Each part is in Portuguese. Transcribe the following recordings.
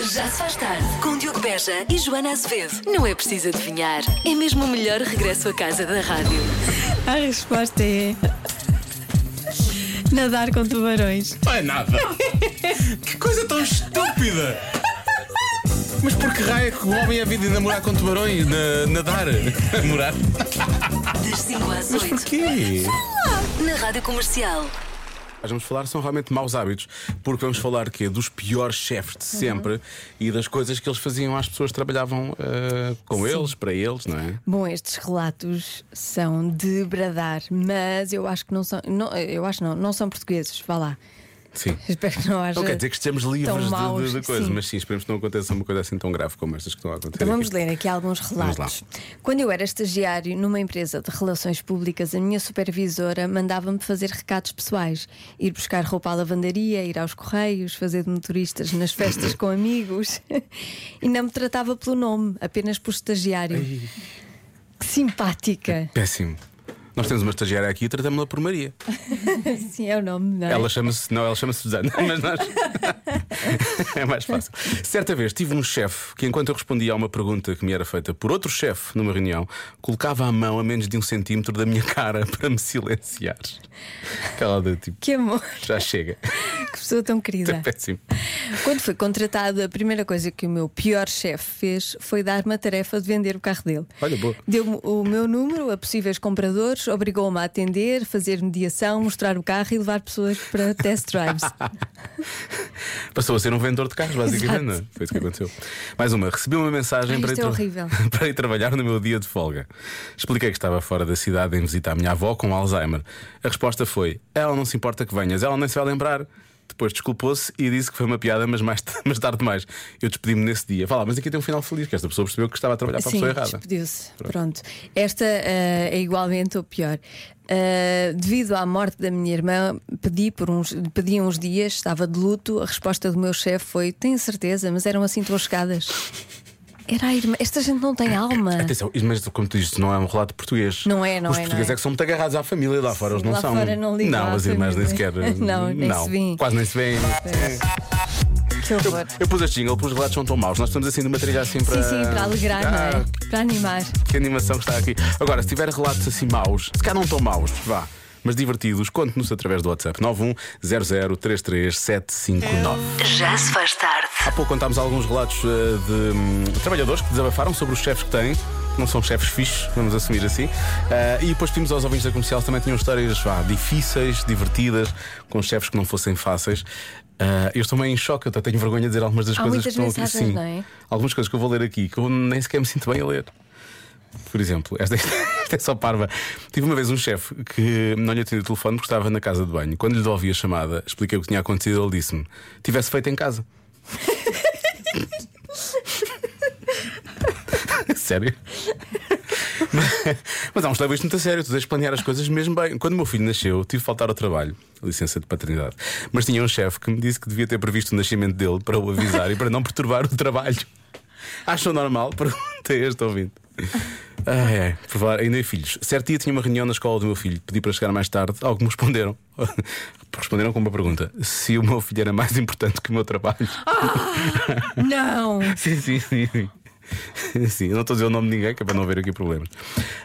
Já se faz tarde com Diogo Beja e Joana Azevedo. Não é preciso adivinhar, é mesmo o melhor regresso à casa da rádio. A resposta é. Nadar com tubarões. Não é nada. que coisa tão estúpida. Mas por que raio é que o homem é vida de namorar com tubarões? Na, nadar? Namorar? Das 5 às Mas 8, porquê? na rádio comercial. Nós vamos falar são realmente maus hábitos, porque vamos falar que dos piores chefes de sempre e das coisas que eles faziam às pessoas que trabalhavam ah, com eles, para eles, não é? Bom, estes relatos são de bradar, mas eu acho que não são. Não, eu acho não, não são portugueses. Vá lá. Sim. Espero que não haja. Não quer dizer que estejamos livres maus, de, de, de coisas, sim. mas sim, esperemos que não aconteça uma coisa assim tão grave como estas que estão a acontecer. Então vamos aqui. ler aqui alguns relatos. Quando eu era estagiário numa empresa de relações públicas, a minha supervisora mandava-me fazer recados pessoais, ir buscar roupa à lavandaria, ir aos correios, fazer de motoristas nas festas com amigos. E não me tratava pelo nome, apenas por estagiário. Que simpática. Péssimo. Nós temos uma estagiária aqui e tratamos-la por Maria. Sim, é o nome, não é? Ela chama-se, não, ela chama-se Susana, mas nós. é mais fácil. Certa vez tive um chefe que, enquanto eu respondia a uma pergunta que me era feita por outro chefe numa reunião, colocava a mão a menos de um centímetro da minha cara para me silenciar. Aquela de tipo, Que amor, já chega. É que pessoa tão querida. Péssimo. Quando fui contratado, a primeira coisa que o meu pior chefe fez foi dar-me a tarefa de vender o carro dele. Olha, boa. Deu-me o meu número a possíveis compradores, obrigou-me a atender, fazer mediação, mostrar o carro e levar pessoas para test drives. Ah, Passou a ser um vendedor de carros, basicamente. Exato. não é? Foi isso que aconteceu. Mais uma, recebi uma mensagem Ai, para, ir isto é tra- horrível. para ir trabalhar no meu dia de folga. Expliquei que estava fora da cidade em visita à minha avó com Alzheimer. A resposta foi: ela não se importa que venhas, ela nem se vai lembrar. Depois desculpou-se e disse que foi uma piada, mas mais, mas tarde demais. Eu despedi-me nesse dia. Vá lá, mas aqui tem um final feliz, que esta pessoa percebeu que estava a trabalhar para a Sim, pessoa errada. Assim, despediu-se. Pronto. Esta eh, é igualmente ou pior. Eh, devido à morte da minha irmã, pedi, por uns, pedi uns dias, estava de luto. A resposta do meu chefe foi: Tenho certeza, mas eram assim tão chegadas. Era a irmã. Esta gente não tem alma. Atenção, mas como tu dizes, não é um relato português. Não é, não Os é, não portugueses é. que são muito agarrados à família lá fora, Sim, eles não lá são. fora não ligam não à as irmãs nem família. sequer. Não, nem se vêem. Quase nem se vêem. Que horror. Eu pus este jingle, os relatos são tão maus. Nós estamos assim numa trilha assim para. Sim, sim, para alegrar, não Ah, é? Para animar. Que animação que está aqui. Agora, se tiver relatos assim maus, se cá não tão maus, vá. Mas divertidos, conte-nos através do WhatsApp 910033759. Já se faz tarde. Há pouco contámos alguns relatos eh, de hum, trabalhadores que desabafaram sobre os chefes que têm. que Não são chefes fixos, vamos assumir assim. Ah, e depois pedimos aos ouvintes da comercial se também tinham histórias vá, difíceis, divertidas, com chefes que não fossem fáceis. Ah, eu estou meio em choque, eu até tenho vergonha de dizer algumas das Há coisas que muitas estão aqui. mensagens, Sim, não é? algumas coisas que eu vou ler aqui que eu nem sequer me sinto bem a ler. Por exemplo, esta, esta é só parva. Tive uma vez um chefe que não lhe atendia o telefone porque estava na casa de banho. Quando lhe devolvi a chamada, expliquei o que tinha acontecido, ele disse-me: tivesse feito em casa. Sério? Mas- Mas há uns que levam isto muito a sério, tu tens de planear as coisas mesmo bem. Quando o meu filho nasceu, tive de faltar ao trabalho, licença de paternidade. Mas tinha um chefe que me disse que devia ter previsto o nascimento dele para o avisar e para não perturbar o trabalho. Acham normal? Pergunta este ouvinte. Ai, ai, por falar, ainda em filhos. Certo dia tinha uma reunião na escola do meu filho, pedi para chegar mais tarde, algo me responderam. Responderam com uma pergunta: se o meu filho era mais importante que o meu trabalho. Não! Sim, sim, sim. sim. Sim, eu não estou a dizer o nome de ninguém, que é para não haver aqui problemas.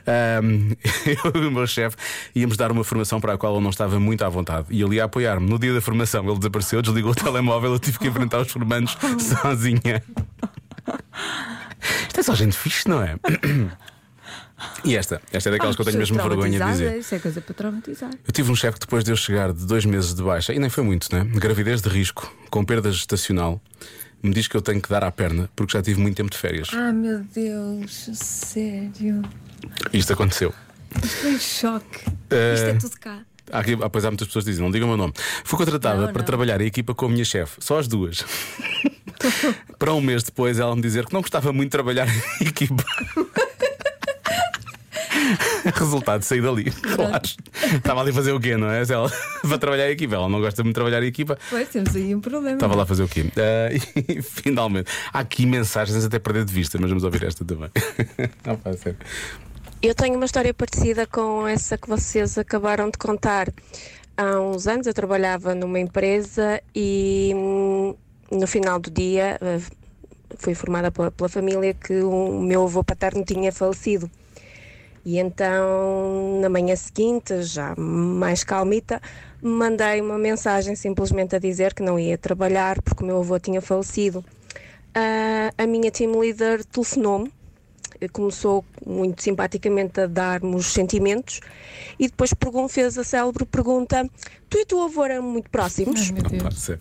Ahm, eu e o meu chefe íamos dar uma formação para a qual eu não estava muito à vontade e ele ia apoiar-me. No dia da formação, ele desapareceu, desligou o telemóvel, eu tive que enfrentar os formandos sozinha. Isto é só gente fixe, não é? E esta? Esta é daquelas que eu tenho mesmo vergonha de dizer. Isso é coisa para traumatizar. Eu tive um chefe que depois de eu chegar de dois meses de baixa, e nem foi muito, né? Gravidez de risco, com perda gestacional, me diz que eu tenho que dar à perna porque já tive muito tempo de férias. Ah, meu Deus, sério. Isto aconteceu. Estou em choque. Eh, Isto é tudo cá. Há, aqui, há, pois há muitas pessoas que dizem, não digam o meu nome. Fui contratada Não, para não. trabalhar em equipa com a minha chefe, só as duas. para um mês depois ela me dizer que não gostava muito de trabalhar em equipa. Resultado, saí dali, claro. Estava ali a fazer o quê, não é? Se ela vai trabalhar em equipa, ela não gosta muito de trabalhar em equipa. Pois temos aí um problema. Estava lá a fazer o quê? Ah, e finalmente, há aqui mensagens até perder de vista, mas vamos ouvir esta também. Não pode ser. Eu tenho uma história parecida com essa que vocês acabaram de contar. Há uns anos eu trabalhava numa empresa e hum, no final do dia eh, fui informada pela, pela família que o meu avô paterno tinha falecido. E então, na manhã seguinte, já mais calmita, mandei uma mensagem simplesmente a dizer que não ia trabalhar porque o meu avô tinha falecido. Ah, a minha team leader telefonou-me, Eh, começou muito simpaticamente a dar-me os sentimentos e depois pergun- fez a célebre pergunta: Tu e teu avô eram muito próximos? Não pode ser.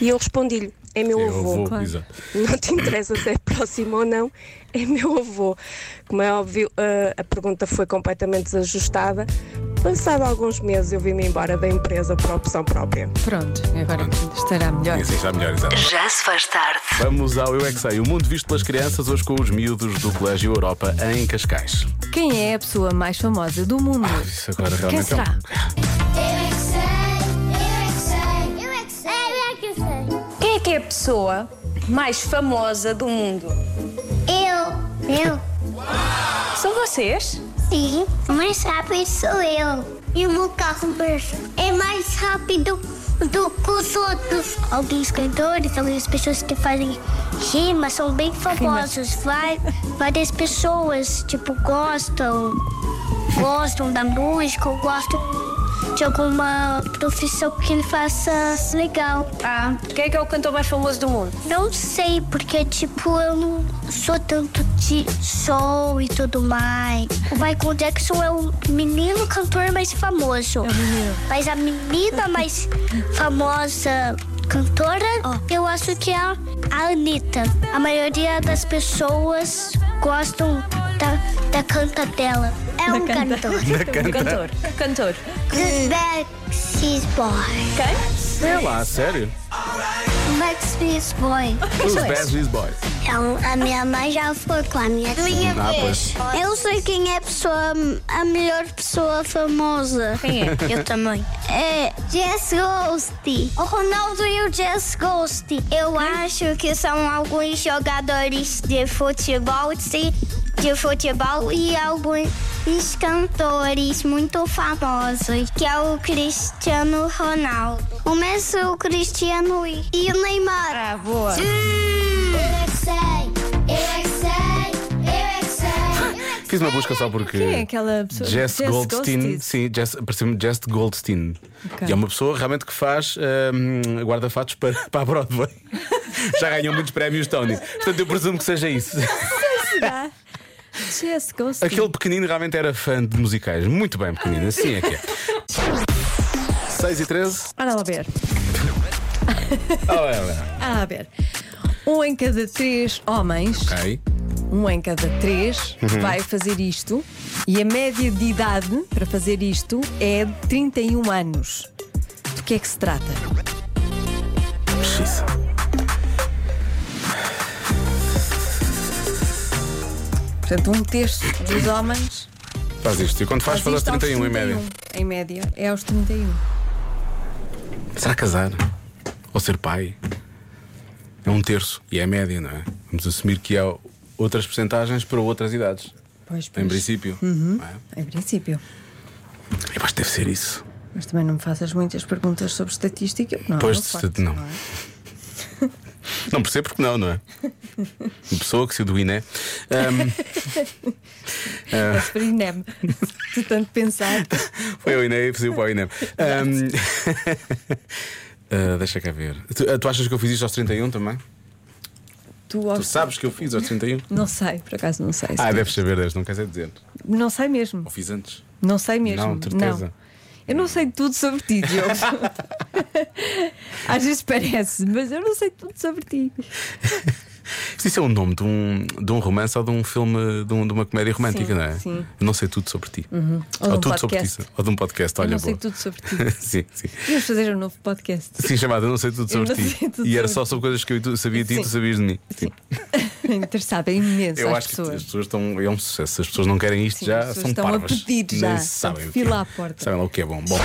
E eu respondi-lhe: É meu Eu avô. vou, claro. exato. Não te interessa se é próximo ou não, é meu avô. Como é óbvio, eh, a pergunta foi completamente desajustada. Passado alguns meses, eu vim-me embora da empresa por opção própria. Pronto, agora estará melhor. E assim está melhor, exato. Já se faz tarde. Vamos ao Eu É Que Sei, o mundo visto pelas crianças, hoje com os miúdos do Colégio Europa em Cascais. Quem é a pessoa mais famosa do mundo? Ah, Isso agora Quem realmente é um- será? Quem é que é a pessoa mais famosa do mundo? Eu, eu, São vocês? sim, o mais rápido sou eu. E o meu carro mesmo é mais rápido do que os outros. Alguns cantores, algumas pessoas que fazem rimas são bem famosos. Vai, várias pessoas, tipo, gostam, gostam da música, ou gostam de alguma profissão que ele faça legal. Ah, quem é que é o cantor mais famoso do mundo? Não sei, porque, tipo, eu não sou tanto de sol e tudo mais. O Michael Jackson é o menino cantor mais famoso. Mas a menina mais famosa cantora, eu acho que é a Anitta. A maioria das pessoas gostam da, da canta dela. É um cantor. É Cantor. Cantor. The Backstreet Boy. Quem? É lá, sério? Backstreet Boy. Os Bad Boys. Então, a minha mãe já foi com a minha Minha Ah, pois. Eu sei quem é a pessoa, a melhor pessoa famosa. Quem é? Eu também. É Jess Ghost. O Ronaldo e o Jess Ghost. Hum? Eu acho que são alguns jogadores de futebol, sim, de futebol e alguns cantores muito famosos, que é o Cristiano Ronaldo. O Messi, o Cristiano e o Neymar. Ah, boa. Fiz uma busca só porque. Quem é aquela pessoa? Jess Goldstein, Ghosted. sim, Jess, parecia-me Jess Goldstein. Ok. E é uma pessoa realmente que faz hum, guarda-fatos para, para a Broadway. Já ganhou muitos prémios, Tony. Portanto, eu presumo que seja isso. Jess Goldstein. Aquele pequenino realmente era fã de musicais. Muito bem, pequenino, assim é que é. 6 e 13. Ora lá ver. Ah, é, Ora lá ver. Um em cada três homens, é. Ok. um em cada três, Uhum. vai fazer isto. E a média de idade para fazer isto é de 31 anos. Do que é que se trata? Justiça. Portanto, um terço dos homens. Faz isto. E quando faz, faz aos isto aos 31 em média. 31, Em média, é aos 31. Será casar? Ou ser pai? É um terço e é a média, não é? Vamos assumir que há outras percentagens para outras idades. Pois, pois. Uhum. Em princípio. não é? Em princípio. Eu acho que deve ser isso. Mas também não me faças muitas perguntas sobre estatística. porque Não, Pois, é o de facto, certeza não. é? Não percebo porque não, não é? Uma pessoa que se o do Iné. Ahm, É super inem. De tanto pensar. foi ao Iné e pediu para o Iné. Ahm, ah, deixa cá ver. Tu, ah, tu achas que eu fiz isto aos 31 também? Tu, Tu sabes que eu fiz aos 31? Não sei, por acaso não sei. Ah, deves saber, deves, não quer dizer dizer. Não sei mesmo. Ou fiz antes. Não sei mesmo. Não, de certeza. Não. Eu não sei tudo sobre ti, Diogo. Às vezes parece, mas eu não sei tudo sobre ti. Isto isso é o nome de um, de um romance ou de um filme, de, um- de uma comédia romântica, Sim, não é? sim. Eu não sei tudo sobre ti. Ou de um tudo sobre podcast. ti. Ou de um podcast, olha, eu não sei boa. tudo sobre ti. sim, sim. Vamos fazer um novo podcast. Sim, chamada, eu não sei tudo Eu sobre não ti. sei tudo E era sobre só sobre coisas que eu e tu- sabia de ti e tu Sim. sabias de mim. Sim. Interessava é imenso Eu às acho que as pessoas. pessoas estão. É um sucesso. As pessoas não querem isto Sim, as já, pessoas são estão a parvas. pedir Nem já, sabem o estão que é. fila à porta. Sabem lá o que é bom. Bom,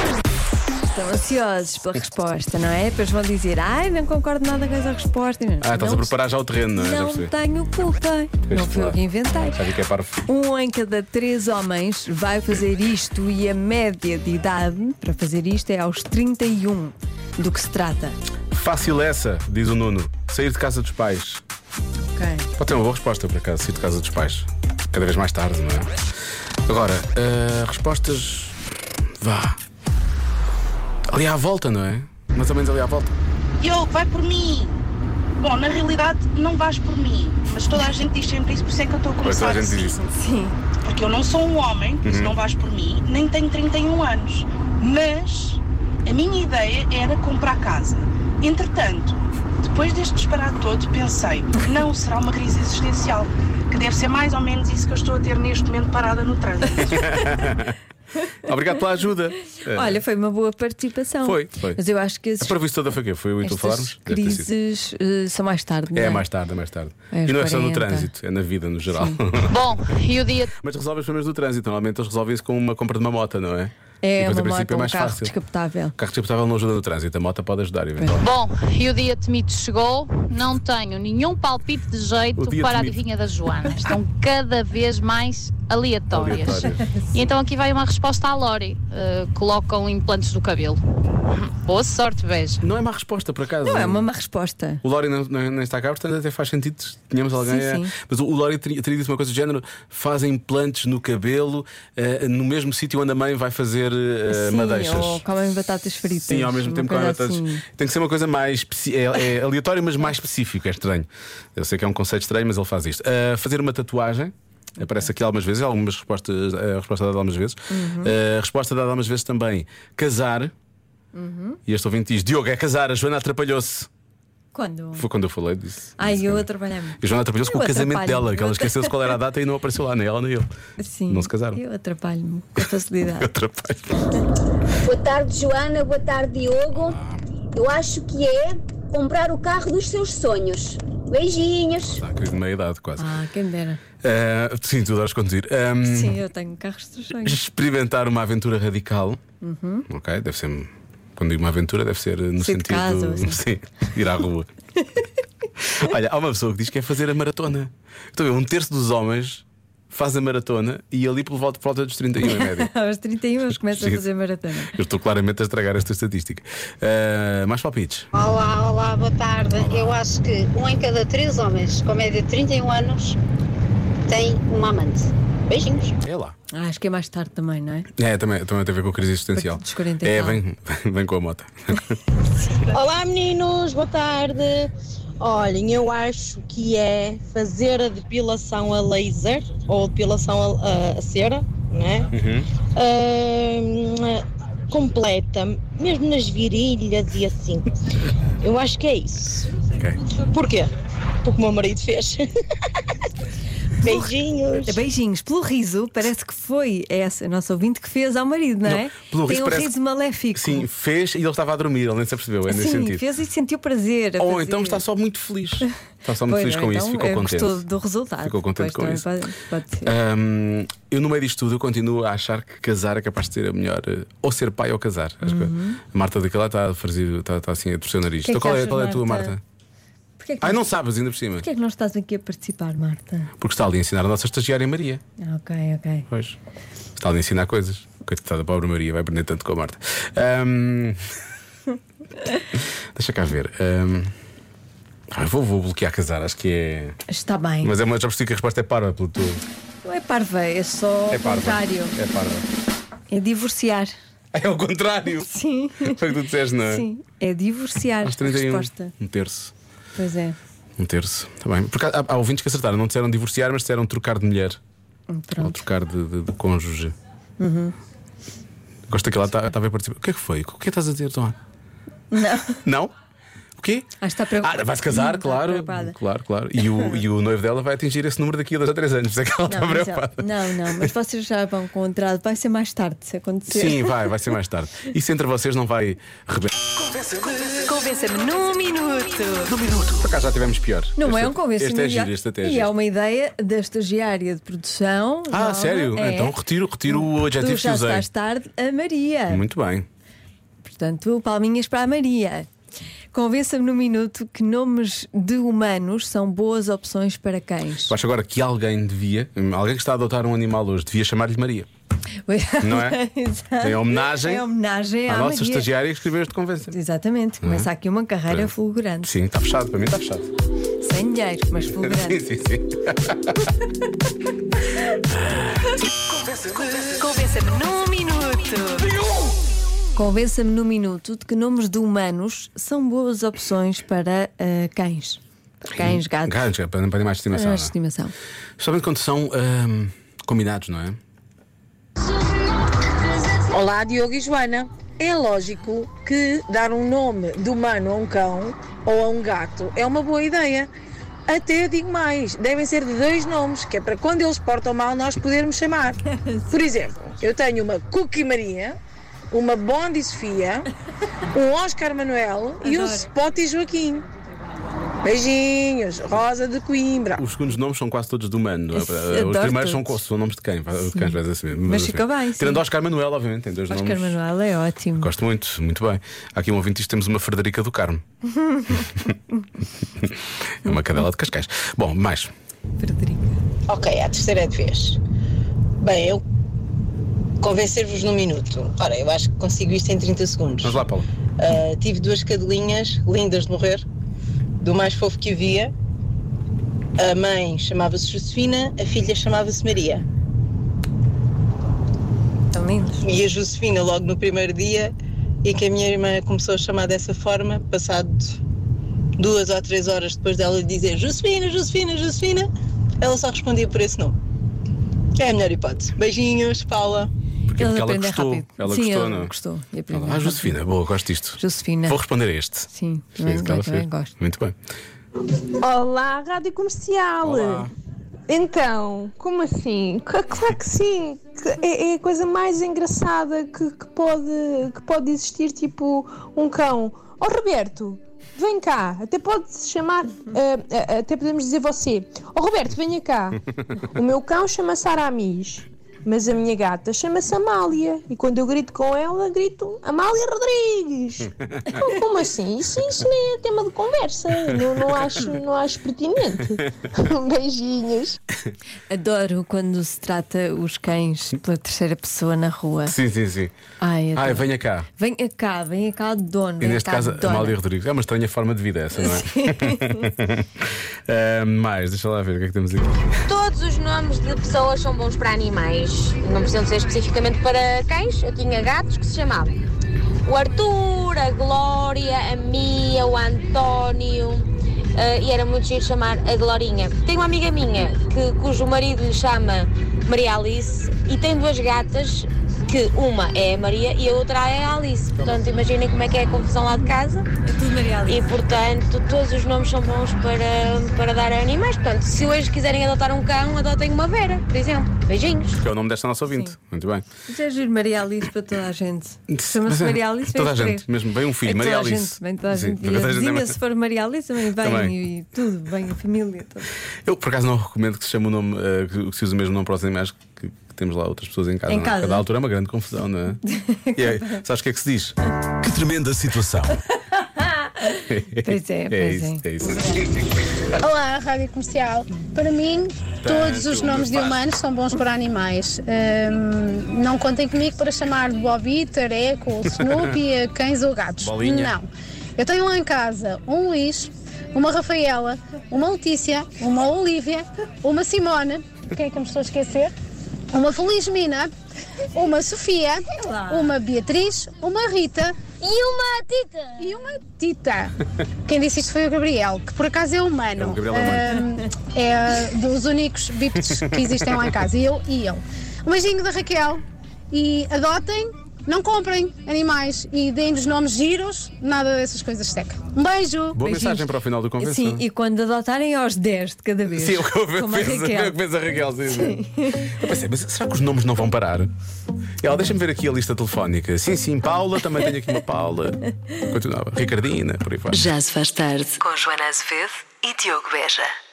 Estão ansiosos pela resposta, não é? Depois vão dizer, ai, não concordo nada com essa resposta. ah, estás Não- a preparar já o terreno, não é? Já Não percebi. tenho culpa. Não fui eu claro. que inventei. Já vi que é parvo. Um em cada três homens vai fazer isto e a média de idade para fazer isto é aos 31. Do que se trata? Fácil essa, diz o Nuno. Sair de casa dos pais. Ok. Pode ter uma boa resposta, por acaso, ir de casa dos pais. Cada vez mais tarde, não é? Agora, ah, respostas. Vá. Ali à volta, não é? Mais ou menos ali à volta. Eu, vai por mim. Bom, na realidade, não vais por mim. Mas toda a gente diz sempre isso, por isso é que eu estou a Pois toda começar a gente diz assim. isso. Uhum. Sim. Porque eu não sou um homem, por isso não vais por mim, nem tenho 31 anos. Mas a minha ideia era comprar casa. Entretanto, depois deste disparado todo, pensei, não, será uma crise existencial. Que deve ser mais ou menos isso que eu estou a ter neste momento parada no trânsito. Obrigado pela ajuda. Ah, Olha, foi uma boa participação. Foi, foi. Mas eu acho que A esses, previsão toda foi É, o quê? Foi o que estas falarmos? Deve ter sido. crises eh, são mais tarde. não É, mais tarde, é mais tarde. É, e não é só no 40. trânsito, é na vida no geral. Bom, e o dia Mas resolve os problemas do trânsito. Normalmente eles resolvem-se com uma compra de uma moto, não é? É E depois, uma em princípio, moto, é um mais carro fácil. descapotável. O carro descapotável não ajuda no trânsito, a moto pode ajudar, eventualmente. Bom, e o dia temido chegou. Não tenho nenhum palpite de jeito O dia para a temido. adivinha das Joanas. Estão cada vez mais aleatórias. Aleatórias. E então aqui vai uma resposta à Lori. Eh, colocam implantes do cabelo. Boa sorte, beijo. Não é má resposta, por acaso. Não, é uma má resposta. O Lori não, não- não está cá, portanto até faz sentido. Tínhamos alguém. Sim, a- sim. Mas o, o Lori teria, teria dito uma coisa do género: fazem implantes no cabelo eh, no mesmo sítio onde a mãe vai fazer eh, Sim, madeixas. Ou comem batatas fritas. Sim, ao mesmo uma tempo que há coisa batatas. assim. Tem que ser uma coisa mais especi- é, é aleatória, mas mais específica. É estranho. Eu sei que é um conceito estranho, mas ele faz isto. Ah, fazer uma tatuagem. Aparece aqui algumas vezes, algumas respostas, a resposta dada algumas vezes. Uhum. Ah, resposta dada algumas vezes também. Casar. Uhum. E este ouvinte diz: Diogo, é casar, a Joana atrapalhou-se. Quando? Foi quando eu falei disso. Ai, eu a trabalhar-me. E a Joana atrapalhou-se com Eu o casamento atrapalho. dela, que ela esqueceu-se qual era a data e não apareceu lá, nem ela nem ele. Sim. Não se casaram. Eu atrapalho-me com facilidade. Atrapalho. Boa tarde, Joana. Boa tarde, Diogo. Eu acho que é comprar o carro dos seus sonhos. Beijinhos. Ah, querido, meia idade quase. ah, quem dera. Ah, sim, tu adoras conduzir. Ah, Sim, eu tenho carros dos sonhos. experimentar uma aventura radical. Ok, deve ser. Quando digo uma aventura, deve ser uh, no Uhum. Sair de sentido. casa ou assim. Sim, ir à rua. Olha, há uma pessoa que diz que é fazer a maratona. Então, um terço dos homens faz a maratona e ali por volta, por volta dos 31 em média. Aos 31 eles começam a Sim. fazer maratona. Eu estou claramente a estragar esta estatística. Ah, mais palpites. Olá, olá, boa tarde. Eu acho que um em cada três homens com média de 31 anos tem uma amante. Beijinhos. É lá. Ah, acho que é mais tarde também, não é? É, também, também tem a ver com a crise existencial. Dos 40 e é, tal. vem, vem com a moto. Olá meninos, boa tarde. Olhem, eu acho que é fazer a depilação a laser ou depilação a, a- a cera, né? Ahm, completa, mesmo nas virilhas e assim. Eu acho que é isso. Ok. Porquê? Porque o meu marido fez. Beijinhos. É, Beijinhos. Pelo riso, parece que foi é essa a nossa ouvinte que fez ao marido, não é? pelo Tem riso um parece riso que- maléfico. Sim, fez e ele estava a dormir, ele nem se apercebeu, é nesse Sim, sentido. fez e sentiu prazer. a Ou fazer. então está só muito feliz. Está só Pois, muito feliz com então, isso, ficou é, contente. Gostou do resultado. Ficou contente Pois, com também Pode, pode ser. Hum, eu, no meio disto tudo, eu continuo a achar que casar é capaz de ser a melhor. eh, Ou ser pai ou casar. Acho que a Marta daquela está a fazer, está, está assim a torcer o Uhum. nariz. Que é que então, qual, é, achas, qual é a tua, Marta? Marta? Porquê é que, Ai, não... não sabes, ainda por cima. porquê é que não estás aqui a participar, Marta? Porque está ali a ensinar a nossa estagiária Maria. Ah, Ok, ok. Pois. Está ali a ensinar coisas. Coitada, pobre Maria, vai aprender tanto com a Marta. Hum, Deixa cá ver. Hum, ah, eu vou, vou bloquear casar, acho que é. Está bem. Mas é uma, já percebi que a resposta é parva pelo teu. Não é parva, é só É o parva. contrário. É parva. É divorciar. É ao contrário. Sim. Foi o que tu disseste, não é? Sim, é divorciar. Aos a 31. resposta. Um terço. Pois é. Um terço. Está bem. Porque há, há ouvintes que acertaram. Não disseram divorciar, mas disseram trocar de mulher. Ou Pronto. trocar de, de, de cônjuge. Gosto daquela. Estava a participar. O que é que foi? O que é que estás a dizer, Tom? Não. Não? O quê? Ah, está preocupada. Ah, vai-se casar, Está claro. preocupada. Claro, claro. E o, e o noivo dela vai atingir esse número daqui a dois ou três anos. Por isso é que ela está Não, mas já- preocupada. não, não, mas vocês já vão com o contrato. Vai ser mais tarde se acontecer. Sim, vai, vai ser mais tarde. Isso entre vocês não vai rebentar. Convença-me num minuto. Por acaso já tivemos pior. Não Este- é um convenço Este é giro, este até é E é giro. uma ideia da estagiária de produção. Ah, nova, sério? é. Então retiro, retiro o Tu adjetivo que já usei. estás tarde, a Maria. Muito bem. Portanto, palminhas para a Maria. Convença-me no minuto que nomes de humanos são boas opções para cães. Eu acho agora que alguém devia, alguém que está a adotar um animal hoje, devia chamar-lhe Maria. Não é? Exato. Em homenagem, Em homenagem à à nossa Maria. estagiária que escreveu este convencer. Exatamente, começa aqui uma carreira Pronto. fulgurante. Sim, está fechado, para mim está fechado. Sem dinheiro, mas fulgurante. Sim, sim, sim. Convença-me num minuto. Convença-me num minuto de que nomes de humanos são boas opções para ah, cães. Cães, gatos. Ah, Gatos, é para para animais de para estimação. não a é? estimação. Especialmente quando são ahm, combinados, não é? Olá, Diogo e Joana. É lógico que dar um nome de humano a um cão ou a um gato é uma boa ideia. Até digo mais, devem ser de dois nomes, que é para quando eles portam mal nós podermos chamar. Por exemplo, eu tenho uma Cookie Maria, uma Bondi Sofia, um Oscar Manuel e um Adoro. Spotty Joaquim. Beijinhos, Rosa de Coimbra. Os segundos nomes são quase todos de humano. não é? Sim, Os adoro primeiros são, co- todos. são nomes de quem? Os cães, vais assim, Mas fica assim. bem, sim. Tirando Oscar Manuel, obviamente, tem dois Oscar nomes. Manuel é ótimo. Gosto muito, muito bem. Há aqui um ouvinte, diz que temos uma Frederica do Carmo. É uma cadela de Cascais. Bom, mais. Ok, a terceira é de vez. Bem, eu convencer-vos num minuto. Ora, eu acho que consigo isto em 30 segundos. Vamos lá, Paulo. Ah, tive duas cadelinhas lindas de morrer, do mais fofo que havia. A mãe chamava-se Josefina, a filha chamava-se Maria. Tão lindos. E a Josefina, logo no primeiro dia, e que a minha irmã começou a chamar dessa forma, passado duas ou três horas depois dela dizer Josefina, Josefina, Josefina, ela só respondia por esse nome. É a melhor hipótese. Beijinhos, Paula. Porque, Eles porque ela aprendem gostou. rápido. Ela Sim, gostou, ela não é? gostou. E Ela, aprendeu Ah, rápido. Josefina, boa, gosto disto. Josefina. Vou responder a este. Sim, Foi também isso que ela também fez. gosto. Muito bem. Olá, Rádio Comercial! Olá. Então, como assim? C- Claro que sim! que É é a coisa mais engraçada que, que pode, que pode existir, tipo um cão. Ó Roberto, vem cá! Até pode se chamar, eh, eh, até podemos dizer você. Ó Roberto, venha cá! O meu cão chama-se Aramis, mas a minha gata chama-se Amália. E quando eu grito com ela, grito Amália Rodrigues! Então, Como assim? Isso, isso nem é tema de conversa. Não, não, acho, não acho pertinente. Beijinhos. Adoro quando se trata os cães pela terceira pessoa na rua. Sim, sim, sim. Ai, adoro. Ai, venha cá. Venha cá, venha cá, dono. E venha neste cá, caso, dona. Amália Rodrigues. É uma estranha forma de vida essa, não é? Ah, mais, deixa lá ver o que é que temos aqui. Todos os nomes de pessoas são bons para animais. Não precisam ser especificamente para cães. Eu tinha gatos que se chamavam o Arthur, a Glória, a Mia, o António. eh, e era muito giro chamar a Glorinha. Tenho uma amiga minha que, cujo marido lhe chama Maria Alice e tem duas gatas que uma é a Maria e a outra é a Alice. Portanto, imaginem como é que é a confusão lá de casa. É tudo Maria Alice. E portanto, todos os nomes são bons para, para dar a animais. Portanto, se hoje quiserem adotar um cão, adotem uma Vera, por exemplo. Beijinhos. Que é o nome desta nossa ouvinte. Muito bem. Mas é giro Maria Alice para toda a gente. Mas Chama-se é, Maria Alice, vem Toda a os gente, três. mesmo. Vem um filho, É Maria toda a Alice. gente, vem toda a Sim, gente. toda E a gente é vizinha, mais- se for Maria Alice, também vem. Também. E tudo, bem a família. toda. Eu por acaso não recomendo que se chame o nome, eh, que- que se use o mesmo nome para os animais que, que temos lá outras pessoas em casa. Em não é? casa. Cada altura é uma grande confusão, não é? e aí, sabes o que é que se diz? Que tremenda situação. Pois é, é pois isso, é. é isso. Olá, Rádio Comercial. Para mim, todos os nomes de humanos são bons para animais. Hum, não contem comigo para chamar de Bobby, Tareco, Snoopy, eh, cães ou gatos. Bolinha. Não. Eu tenho lá em casa um Luís, uma Rafaela, uma Letícia, uma Olívia, uma Simona, quem é que eu me estou a esquecer? Uma Felizmina, uma Sofia, uma Beatriz, uma Rita e uma Tita. E uma Tita. Quem disse isto foi o Gabriel, que por acaso é humano. É, o Gabriel é Ahm, é dos únicos bípedes que existem lá em casa, eu e ele. Um beijinho da Raquel e adotem, não comprem animais e deem-nos nomes giros, nada dessas coisas seca. Um beijo! Boa mensagem para o final do convenção. Sim, e quando adotarem aos 10 de cada vez. Sim, o que eu Como a penso, Raquel. o que pensa a Raquel. Sim, sim. Eu pensei, mas será que os nomes não vão parar? E Ela, deixa-me ver aqui a lista telefónica. Sim, sim, Paula, também tenho aqui uma Paula. Continuava. Ricardina, por aí fora. Já se faz tarde. Com Joana Azevedo e Diogo Beja.